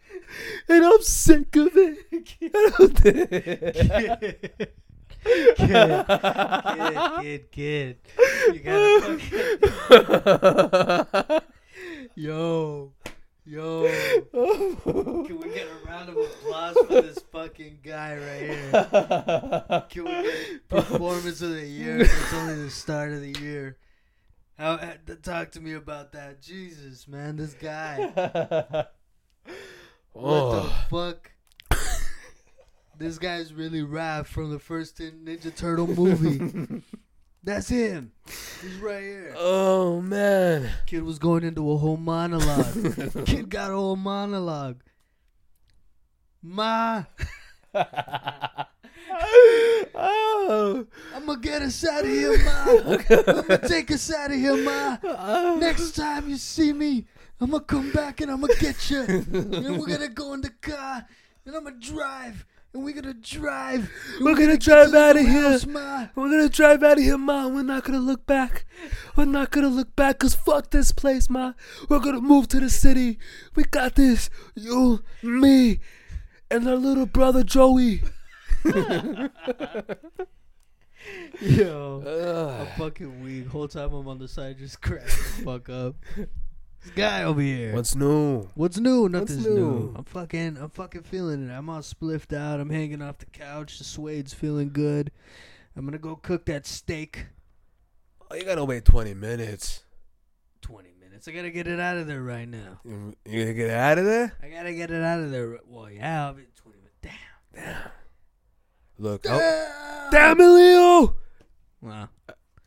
D: And I'm sick of it.
C: Kid, kid, kid, kid. You
D: <laughs>
C: gotta fucking yo, yo. <laughs> Can we get a round of applause for this fucking guy right here?
D: <laughs>
C: Can we <laughs> get performance of the year? It's only the start of the year. How, uh, talk to me about that, Jesus, man. This guy.
D: <laughs>
C: What the
D: Oh,
C: fuck? this guy's really Raph from the first Nin- Ninja Turtle movie. <laughs> That's him. He's right here.
D: oh man.
C: Kid was going into a whole monologue. Kid got a whole monologue. Ma,
D: oh.
C: I'm gonna get us out of here, Ma. I'm gonna take us out of here, Ma. Next time you see me, I'm gonna come back and I'm gonna get you. and we're gonna go in the car and I'm gonna drive. And we're gonna drive.
D: We're gonna drive out of here.
C: House, Ma.
D: We're gonna drive out of here, Ma. We're not gonna look back. We're not gonna look back, cause fuck this place, Ma. We're gonna move to the city. We got this. You, me, and our little brother Joey.
C: Yo, I'm fucking weak. Whole time I'm on the side, just <laughs> cracking the fuck up. This guy over here. What's,
D: new?
C: new? Nothing's
D: new?
C: new? I'm fucking, I'm fucking feeling it. I'm all spliffed out. I'm hanging off the couch. The suede's feeling good. I'm gonna go cook that steak.
D: Oh, you gotta wait 20 minutes.
C: 20 minutes. I gotta get it out of there right now.
D: You you gonna get out of there?
C: I gotta get it out of there. right- Well, yeah, I'll be 20 minutes. Damn.
D: Look. Damn, Damn it, oh. Leo!
C: Wow.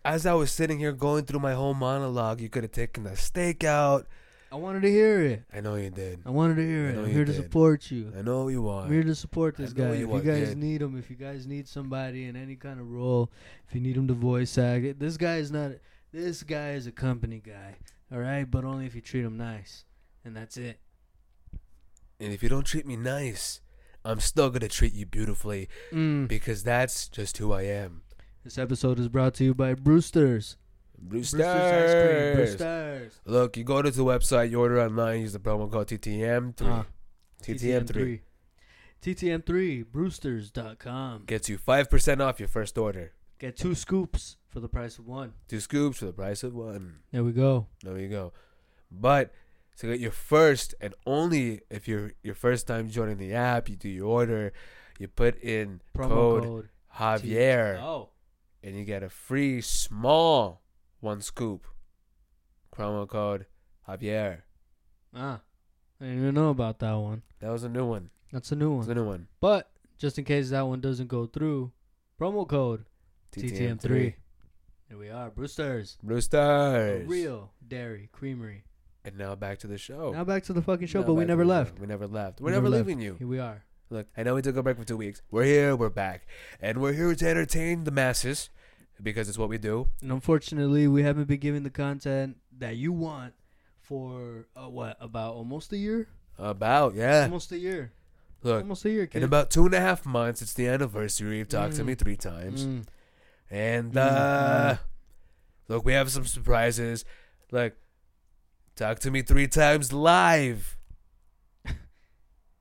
D: as I was sitting here going through my whole monologue, you could have taken the steak out.
C: I wanted to hear it.
D: I know you did.
C: I wanted to hear
D: I
C: it.
D: know
C: I'm
D: you
C: here to
D: did.
C: support you.
D: I know you are.
C: I'm here to support
D: I
C: this
D: know
C: guy. If
D: you
C: you
D: are,
C: guys
D: kid.
C: need him, if you guys need somebody in any kind of role, if you need him to voice act, it- this guy is not. This guy is a company guy, all right, but only if you treat him nice, and that's it.
D: And if you don't treat me nice, I'm still gonna treat you beautifully
C: Mm.
D: because that's just who I am.
C: This episode is brought to you by Brewster's.
D: Brewster's.
C: Brewster's ice cream. Brewster's.
D: Look, you go to the website, you order online, use the promo code TTM3.
C: Ah,
D: TTM3.
C: TTM3. Brewsters.com. Get,
D: Gets you 5% off your first order.
C: Get two scoops for the price of one.
D: Two scoops for the price of one.
C: There we go.
D: There you go. But to get your first and only if you're your first time joining the app, you do your order, you put in
C: Promo
D: code,
C: code
D: Javier
C: Oh.
D: and you get a free small one scoop. Promo code Javier.
C: Ah. I didn't even know about that one.
D: That was a new one.
C: That's a new
D: That's
C: one.
D: a new one.
C: But just in case that one doesn't go through, promo code TTM3. Here we are, Brewsters. A
D: Roosters.
C: real dairy creamery.
D: And now back to the show.
C: Now back to the fucking show,
D: Oh. Now
C: but we
D: back to
C: never
D: the show.
C: left.
D: We never left. We're
C: We
D: never,
C: never left.
D: leaving you.
C: Here we are.
D: Look, I know we took a break for two weeks. We're here. We're back, and we're here to entertain the masses because it's what we do.
C: And unfortunately, we haven't been giving the content that you want for uh, what about almost a year?
D: About yeah.
C: Almost a year.
D: Eh. Look,
C: Almost a year,
D: in
C: kid.
D: about two and a half months, it's the anniversary. You've talked to me three times.
C: Mm.
D: And uh look, we have some surprises. Like Talk to Me Three Times Live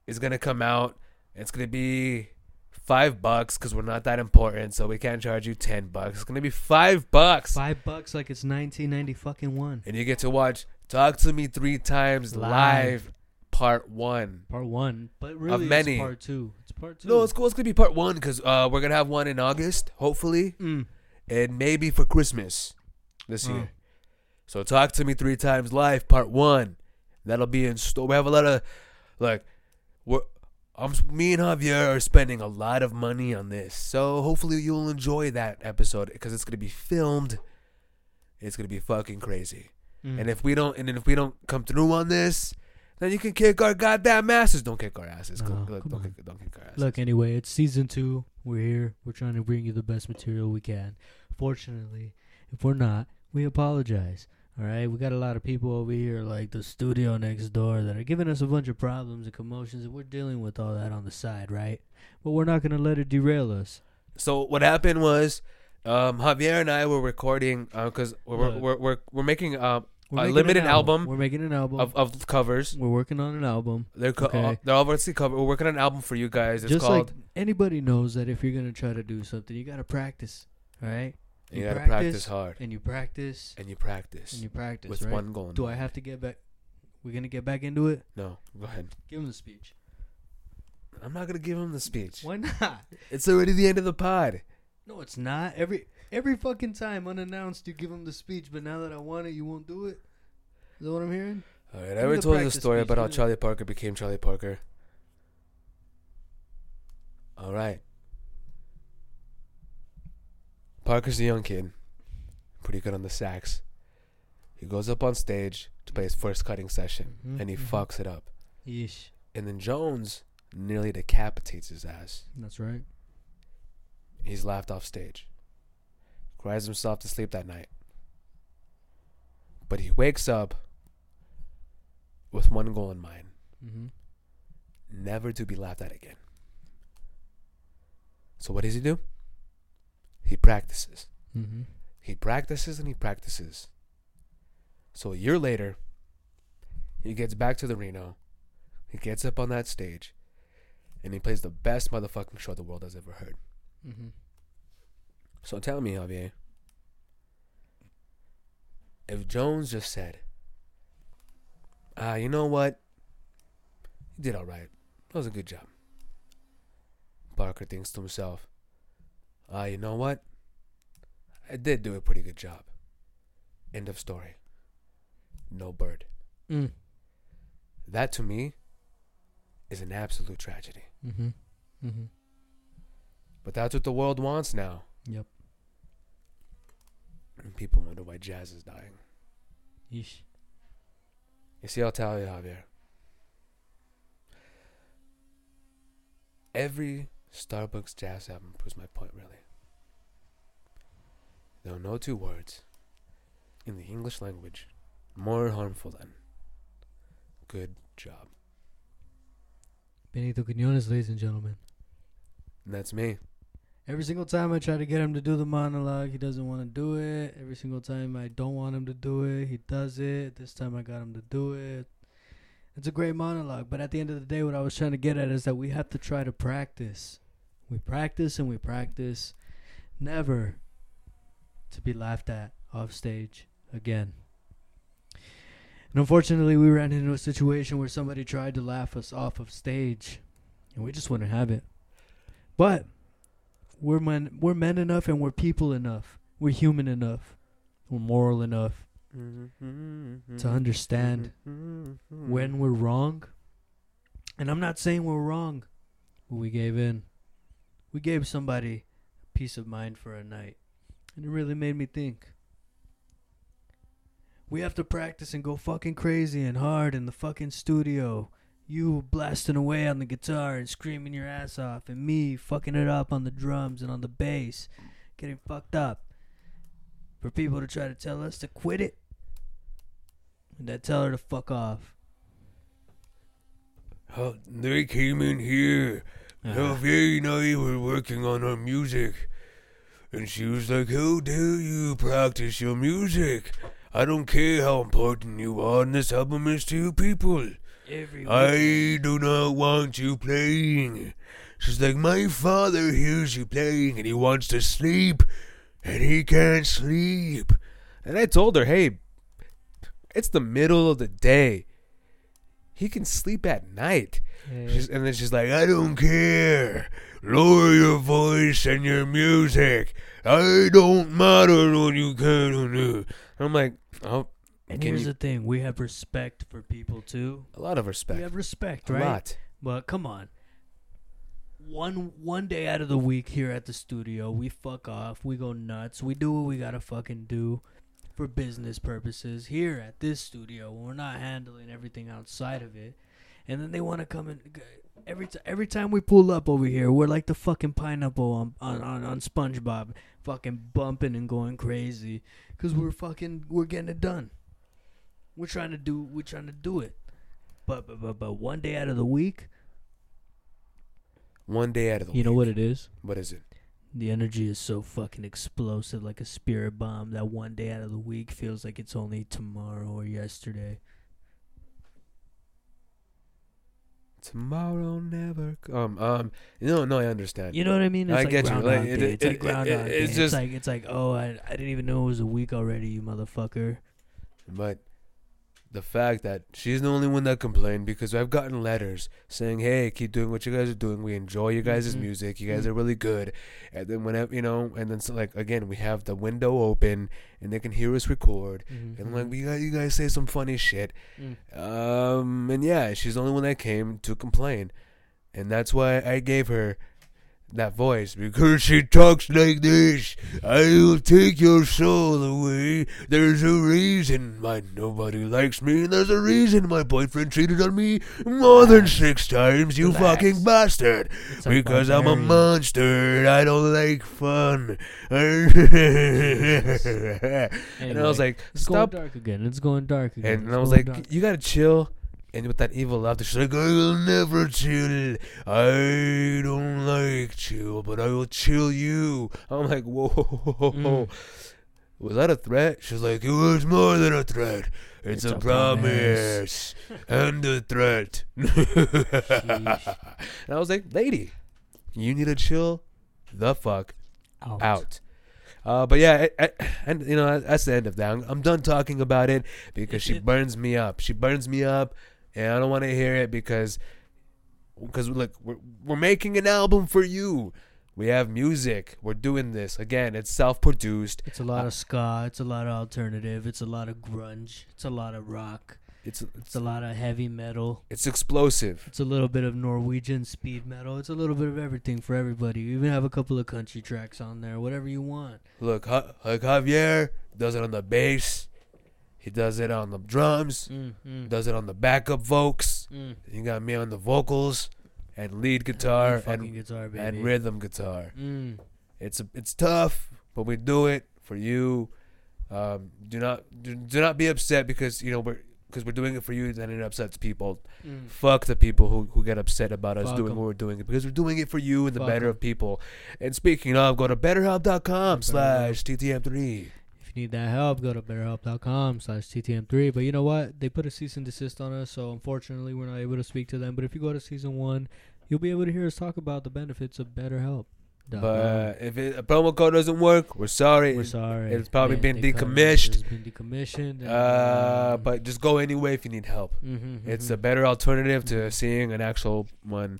D: is gonna come out. It's gonna be five bucks because we're not that important, so we can't charge you ten bucks. It's gonna be five bucks.
C: Five bucks, like it's nineteen ninety fucking one.
D: And you get to watch Talk to Me Three Times Live,
C: Live.
D: part one.
C: Part one, but really,
D: many.
C: it's part two. It's part two.
D: No, it's cool. It's gonna be part one because uh, we're gonna have one in August, hopefully.
C: Mm.
D: and maybe for Christmas this
C: Oh.
D: year. So talk to me three times live, part one. That'll be in store. We have a lot of like, we're I'm me and Javier are spending a lot of money on this. So hopefully you'll enjoy that episode because it's gonna be filmed. It's gonna be fucking crazy.
C: Hmm.
D: And if we don't, and then if we don't come through on this, then you can kick our goddamn asses. Don't kick our asses.
C: No,
D: Look,
C: come
D: don't,
C: on.
D: kick, don't kick our asses.
C: Look, anyway, it's season two. We're here. We're trying to bring you the best material we can. Fortunately, if we're not, we apologize. All right, we got a lot of people over here, like the studio next door, that are giving us a bunch of problems and commotions, and we're dealing with all that on the side, right? But we're not gonna let it derail us.
D: So what happened was, um, Javier and I were recording because we're,
C: Look.
D: we're we're we're making um,
C: We're
D: a
C: making an
D: limited album,
C: We're making an album.
D: of, of covers.
C: we're working on an album.
D: They're co-
C: Okay.
D: uh, they're obviously cover. We're working on an album for you guys. It's
C: Just
D: called
C: like anybody knows that if you're gonna try to do something, you gotta practice, all right?
D: You gotta practice hard.
C: and you practice,
D: and you practice.
C: and you practice
D: with
C: right?
D: one goal in
C: Do I have to get back? We're gonna get back into it.
D: no, go ahead.
C: Give him the speech.
D: I'm not gonna give him the speech.
C: Why not?
D: It's already the end of the pod.
C: No, it's not. Every every fucking time, unannounced, you give him the speech. But now that I want it, you won't do it. Is that what I'm hearing?
D: All right, I
C: me
D: already
C: the
D: told you the
C: practice
D: story
C: speech,
D: about how
C: give me the-
D: Charlie Parker became Charlie Parker. All right. Parker's a young kid, pretty good on the sax. He goes up on stage to play his first cutting session,
C: Mhm,
D: and he
C: mhm.
D: fucks it up.
C: Yeesh.
D: And then Jones nearly decapitates his ass.
C: That's right.
D: He's laughed off stage. Cries himself to sleep that night. But he wakes up with one goal in mind
C: hmm
D: never to be laughed at again. So what does he do? He practices.
C: hmm
D: He practices and he practices. So a year later, he gets back to the Reno. He gets up on that stage and he plays the best motherfucking show the world has ever heard.
C: hmm
D: So tell me, Javier, if Jones just said, ah, you know what? You did all right. That was a good job. Parker thinks to himself, ah, you know what? I did do a pretty good job. End of story. No bird.
C: Mm.
D: That to me is an absolute tragedy.
C: hmm hmm
D: But that's what the world wants now.
C: Yep.
D: And people wonder why jazz is dying.
C: Yeesh.
D: You see, I'll tell you, Javier. Every Starbucks jazz album proves my point, really. There are no two words in the English language more harmful than good job.
C: Benito Quinones, ladies and gentlemen.
D: And that's me.
C: Every single time I try to get him to do the monologue, he doesn't want to do it. Every single time I don't want him to do it, he does it. This time I got him to do it. It's a great monologue, but at the end of the day, what I was trying to get at is that we have to try to practice. We practice and we practice, never to be laughed at off stage again. And unfortunately, we ran into a situation where somebody tried to laugh us off of stage, and we just wouldn't have it. But we're men we're men enough and we're people enough. We're human enough. We're moral enough to understand when we're wrong. And I'm not saying we're wrong, but we gave in. We gave somebody peace of mind for a night. And it really made me think. We have to practice and go fucking crazy and hard in the fucking studio. You blasting away on the guitar and screaming your ass off, and me fucking it up on the drums and on the bass, getting fucked up. For people to try to tell us to quit it, and I tell her to fuck off.
D: How they came in here. Javier and I were working on our music. And she was like, How dare you practice your music? I don't care how important you are, and this album is to you people.
C: Every
D: I do not want you playing. She's like, My father hears you playing and he wants to sleep, and he can't sleep. And I told her, Hey, it's the middle of the day. He can sleep at night. She's, and then she's like, I don't care. Lower your voice and your music. I don't matter what you can or do. I'm like, oh,
C: and
D: can
C: here's
D: you-
C: the thing: we have respect for people too.
D: a lot of respect.
C: We have respect,
D: a
C: right?
D: lot.
C: But come on. One one day out of the week here at the studio, we fuck off, we go nuts, we do what we gotta fucking do for business purposes here at this studio. When we're not handling everything outside of it, and then they want to come in g- every t- every time we pull up over here. We're like the fucking pineapple on on on, on SpongeBob, fucking bumping and going crazy because we're fucking we're getting it done. We're trying to do we're trying to do it. But, but, but, but one day out of the week,
D: One day out of the
C: you know
D: week.
C: what it is?
D: What is it?
C: The energy is so fucking explosive, like a spirit bomb, that one day out of the week feels like it's only tomorrow or yesterday.
D: Tomorrow never. c- Um, um, no, no, I understand.
C: You know what I mean? It's
D: I
C: like
D: get you, like,
C: Groundhog
D: it-
C: Day.
D: it-
C: it's like
D: it-
C: Groundhog
D: it-
C: Day.
D: it's
C: It's,
D: just-
C: like it's like oh, I, I didn't even know it was a week already, you motherfucker.
D: But the fact that she's the only one that complained because I've gotten letters saying, "Hey, keep doing what you guys are doing. We enjoy you guys'
C: Mhm.
D: music. You guys are really good." And then whenever you know, and then so like again, we have the window open and they can hear us record.
C: Mm-hmm.
D: And like we got you guys say some funny shit.
C: Mm.
D: Um, and yeah, she's the only one that came to complain, and that's why I gave her. That voice, because she talks like this, I will take your soul away. There's a reason why nobody likes me, and there's a reason my boyfriend cheated on me more than six times, you
C: Relax.
D: fucking bastard.
C: It's like
D: Because I'm a
C: barbarian.
D: monster, and I don't like fun. <laughs> and I was
C: Anyway,
D: like,
C: it's
D: stop
C: going dark again. It's going dark again.
D: and
C: it's
D: I was
C: going
D: like,
C: dark.
D: "You gotta chill." And with that evil laughter, she's like, "I will never chill. I don't like chill, but I will chill you." I'm like, "Whoa,
C: Mm.
D: was that a threat?" She's like, "It was more than a threat. It's,
C: It's
D: a,
C: a
D: promise,
C: promise."
D: and a threat." <laughs> and I was like, "Lady, you need to chill the fuck
C: out.
D: out. Uh, but yeah, I, I, and you know that's the end of that. I'm, I'm done talking about it because she burns me up. She burns me up, and I don't want to hear it because because look, we're we're making an album for you. We have music. We're doing this again. It's self-produced.
C: It's a lot of ska. It's a lot of alternative. It's a lot of grunge. It's a lot of rock.
D: It's
C: It's a lot of heavy metal.
D: it's explosive.
C: It's a little bit of Norwegian speed metal. It's a little bit of everything for everybody. You even have a couple of country tracks on there. Whatever you want.
D: Look, Ja- like Javier does it on the bass. He does it on the drums. Does it on the backup vocals.
C: Mm-hmm. Mm.
D: You got me on the vocals and lead guitar
C: Fucking
D: and
C: guitar, baby.
D: and rhythm guitar.
C: Mm.
D: It's it's tough, but we do it for you. Um, do not do, do not be upset because you know we're because we're doing it for you. Then it upsets people.
C: Mm.
D: Fuck the people who, who get upset about us
C: Fuck
D: doing
C: 'em.
D: what we're doing because we're doing it for you and the
C: Fuck
D: better
C: 'em.
D: of people. And speaking of, go to betterhelp.com slash ttm3.
C: If you need that help, go to betterhelp.com slash TTM3. But you know what? They put a cease and desist on us, so unfortunately we're not able to speak to them. But if you go to season one, you'll be able to hear us talk about the benefits of BetterHelp.
D: But if it, a promo code doesn't work, we're sorry.
C: we're sorry.
D: it's probably been
C: they cut it.
D: decommissioned.
C: It's been decommissioned. and,
D: Uh,
C: um,
D: but just go anyway if you need help.
C: mhm,
D: It's
C: mhm.
D: a better alternative to seeing an actual one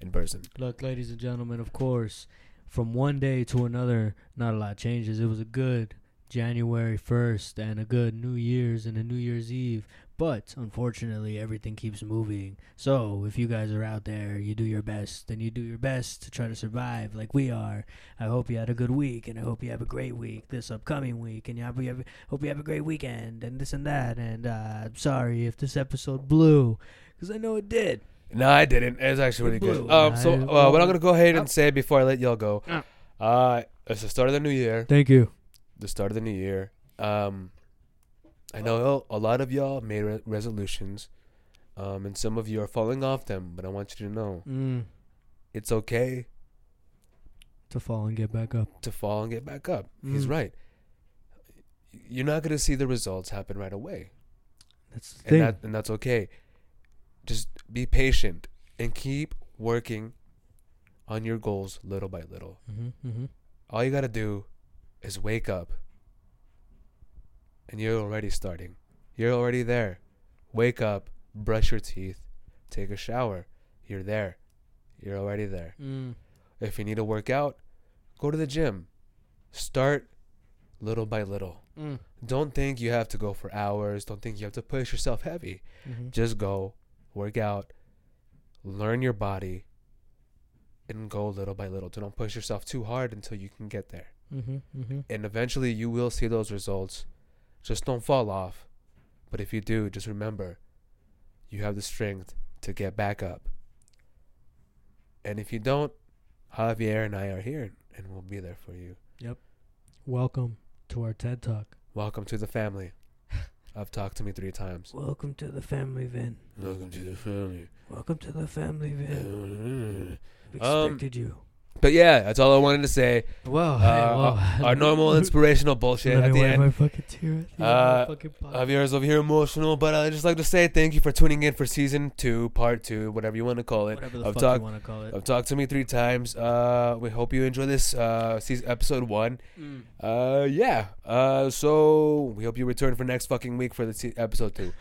D: in person.
C: Look, ladies and gentlemen, of course, from one day to another, not a lot changes. It was a good January 1st and a good New Year's and a New Year's Eve. But unfortunately, everything keeps moving. So if you guys are out there, you do your best and you do your best to try to survive like we are. I hope you had a good week and I hope you have a great week this upcoming week and I hope you have, hope you have a great weekend and this and that. And uh, I'm sorry if this episode blew because I know it did.
D: No, I didn't. It was actually really good.
C: Blue.
D: Um, so
C: I-
D: uh, what I'm gonna go ahead and say before I let y'all go, uh, it's the start of the new year.
C: Thank you.
D: The start of the new year. Um, I know a lot of y'all made re- resolutions, um, and some of you are falling off them. But I want you to know
C: Mm.
D: it's okay
C: to fall and get back up.
D: to fall and get back up. He's
C: Mm.
D: right. You're not gonna see the results happen right away,
C: That's the
D: and
C: thing.
D: that and that's okay. Just be patient and keep working on your goals little by little.
C: mm-hmm, mm-hmm.
D: all you gotta do is wake up and you're already starting you're already there wake up brush your teeth take a shower you're there you're already there
C: Mm.
D: if you need to work out go to the gym start little by little
C: Mm.
D: don't think you have to go for hours don't think you have to push yourself heavy
C: Mhm.
D: just go work out learn your body and go little by little don't push yourself too hard until you can get there
C: Mm-hmm, mm-hmm.
D: and eventually you will see those results. Just don't fall off. But if you do, just remember you have the strength to get back up. And if you don't, Javier and I are here and we'll be there for you.
C: Welcome to our TED Talk.
D: Welcome to
C: <laughs>
D: the family. I've talked to me three times.
C: Welcome to the family, Vin.
D: Welcome to the family.
C: Welcome to the family, Vin. We
D: Um,
C: expected you.
D: But yeah, that's all I wanted to say.
C: <laughs> Well,
D: Uh,
C: hey, well,
D: our
C: <laughs>
D: normal inspirational bullshit
C: Let
D: at
C: me
D: the
C: wipe my
D: end.
C: fucking tear at the end
D: Uh,
C: of the fucking podcast.
D: Javier is over here emotional, but I'd just like to say thank you for tuning in for season two, part two, whatever you want to call it.
C: Whatever the
D: I've
C: fuck
D: talked-
C: you want to call it.
D: I've talked to me three times. Uh, we hope you enjoy this uh, season, episode one.
C: Mm.
D: Uh, yeah. Uh, so we hope you return for next fucking week for the se- episode two.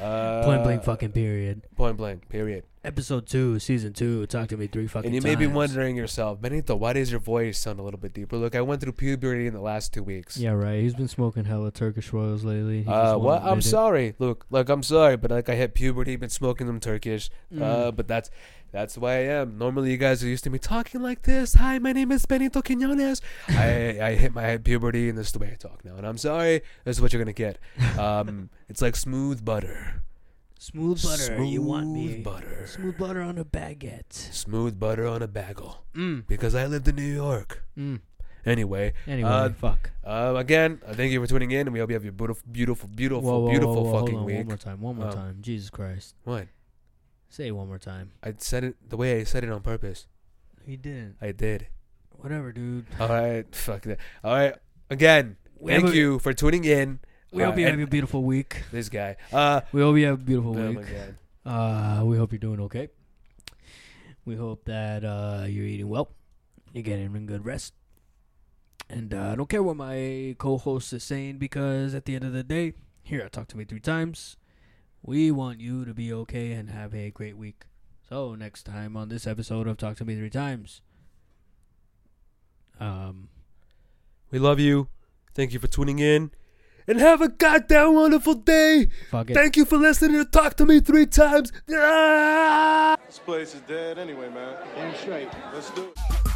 D: Uh,
C: Point blank fucking period.
D: Point blank. Period.
C: Episode 2, Season 2, Talk to Me Three Fucking
D: and you may be
C: Times.
D: wondering yourself, Benito, why does your voice sound a little bit deeper? Look, I went through puberty in the last two weeks.
C: Yeah, right. He's been smoking hella Turkish Royals lately. He just
D: Uh,
C: won't
D: what? I'm
C: admit it.
D: sorry. Look, look, I'm sorry, but like I hit puberty, been smoking them Turkish.
C: Mm.
D: Uh, but that's that's why I am. Normally, you guys are used to me talking like this. Hi, my name is Benito Quinones.
C: <laughs>
D: I I hit my puberty, and this is the way I talk now. And I'm sorry. This is what you're gonna get. Um, <laughs> it's like smooth butter.
C: Smooth butter. you want me.
D: Smooth butter.
C: Smooth butter on a baguette.
D: Smooth butter on a bagel.
C: Mm.
D: Because I lived in New York.
C: Mm.
D: Anyway,
C: Anyway,
D: uh,
C: fuck.
D: um, again, uh, thank you for tuning in, and we hope you have your beautiful, beautiful, beautiful, beautiful fucking
C: hold on,
D: week.
C: One more time. One more
D: Um,
C: time. Jesus Christ.
D: What?
C: Say it one more time.
D: I said it the way I said it on purpose.
C: He didn't.
D: I did.
C: Whatever, dude.
D: All right, fuck that. All right, again,
C: We
D: thank
C: hope-
D: you for tuning in.
C: We
D: Uh,
C: hope you
D: and
C: have a beautiful week.
D: this guy. Uh,
C: We hope you have a
D: oh
C: beautiful
D: my
C: week.
D: god.
C: Uh, we hope you're doing okay. We hope that uh, you're eating well. You're getting good rest. And uh, I don't care what my co-host is saying because at the end of the day, here I talked to me three times. We want you to be okay and have a great week. So next time on this episode of Talk to Me Three Times, um,
D: We love you. Thank you for tuning in, and have a goddamn wonderful day.
C: Fuck it.
D: Thank you for listening to Talk to Me Three Times. Ah!
B: This place is dead anyway, man. Damn straight. Let's do it.